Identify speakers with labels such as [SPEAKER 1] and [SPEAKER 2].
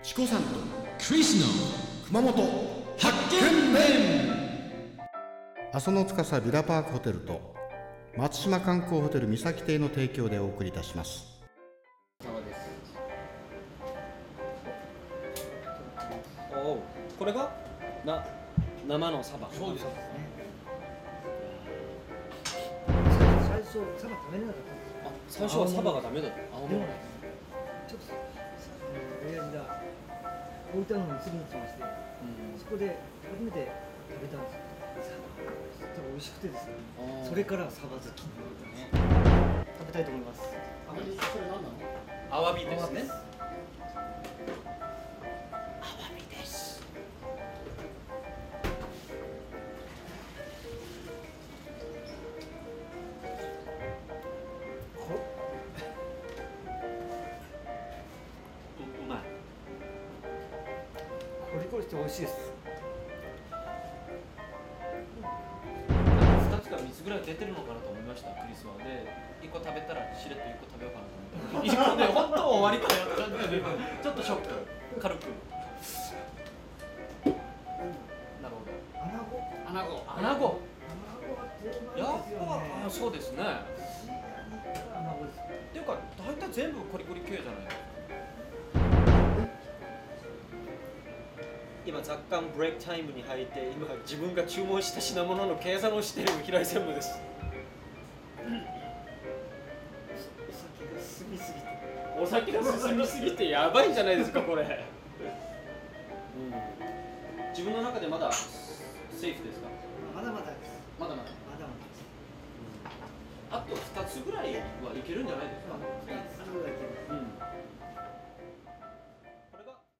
[SPEAKER 1] チコさんとクリスの熊本発見面
[SPEAKER 2] 阿蘇の司ビラパークホテルと松島観光ホテル三崎邸の提供でお送りいたします
[SPEAKER 3] おうこれがな生のサバそうです
[SPEAKER 4] 最初サバ食べれなかった
[SPEAKER 3] あ最
[SPEAKER 4] んですよ
[SPEAKER 3] 初はサバがダメだった青
[SPEAKER 4] で
[SPEAKER 3] の
[SPEAKER 4] もちょっと親父が大分の方に次に行きましてそこで初めて食べたんですよサバ美味しくてですね
[SPEAKER 3] あー
[SPEAKER 4] それからサバ好きになったんです食べたいと思います
[SPEAKER 3] アワビですね
[SPEAKER 5] ううまい
[SPEAKER 4] コリコリして美味しいです
[SPEAKER 5] なんか2つか3つぐらい出てるのかなと思いましたクリスマスで1個食べたらしれっと1個食べようかなと 思ったら1個で本当終わりかよって感じでちょっとショック軽くなるほど
[SPEAKER 4] アナゴ
[SPEAKER 3] アナゴ
[SPEAKER 5] アナゴ
[SPEAKER 4] アナゴが定
[SPEAKER 5] やっ
[SPEAKER 4] 番ですよ
[SPEAKER 5] ぱ
[SPEAKER 4] ね
[SPEAKER 5] あそうですね
[SPEAKER 4] アナゴです
[SPEAKER 5] っていうか大体全部コリコリ系じゃない
[SPEAKER 3] 今雑感ブレイクタイムに入って今自分が注文した品物の計算をしている平井専務ですお酒が進みすぎてお酒が進みすぎてやばいんじゃないですかこれ、うん、自分の中でまだセーフですか
[SPEAKER 4] まだまだです
[SPEAKER 5] まだまだ
[SPEAKER 4] まだまだです
[SPEAKER 5] あと2つぐらいはいけるんじゃないですか
[SPEAKER 4] まあ二つだけです
[SPEAKER 5] うん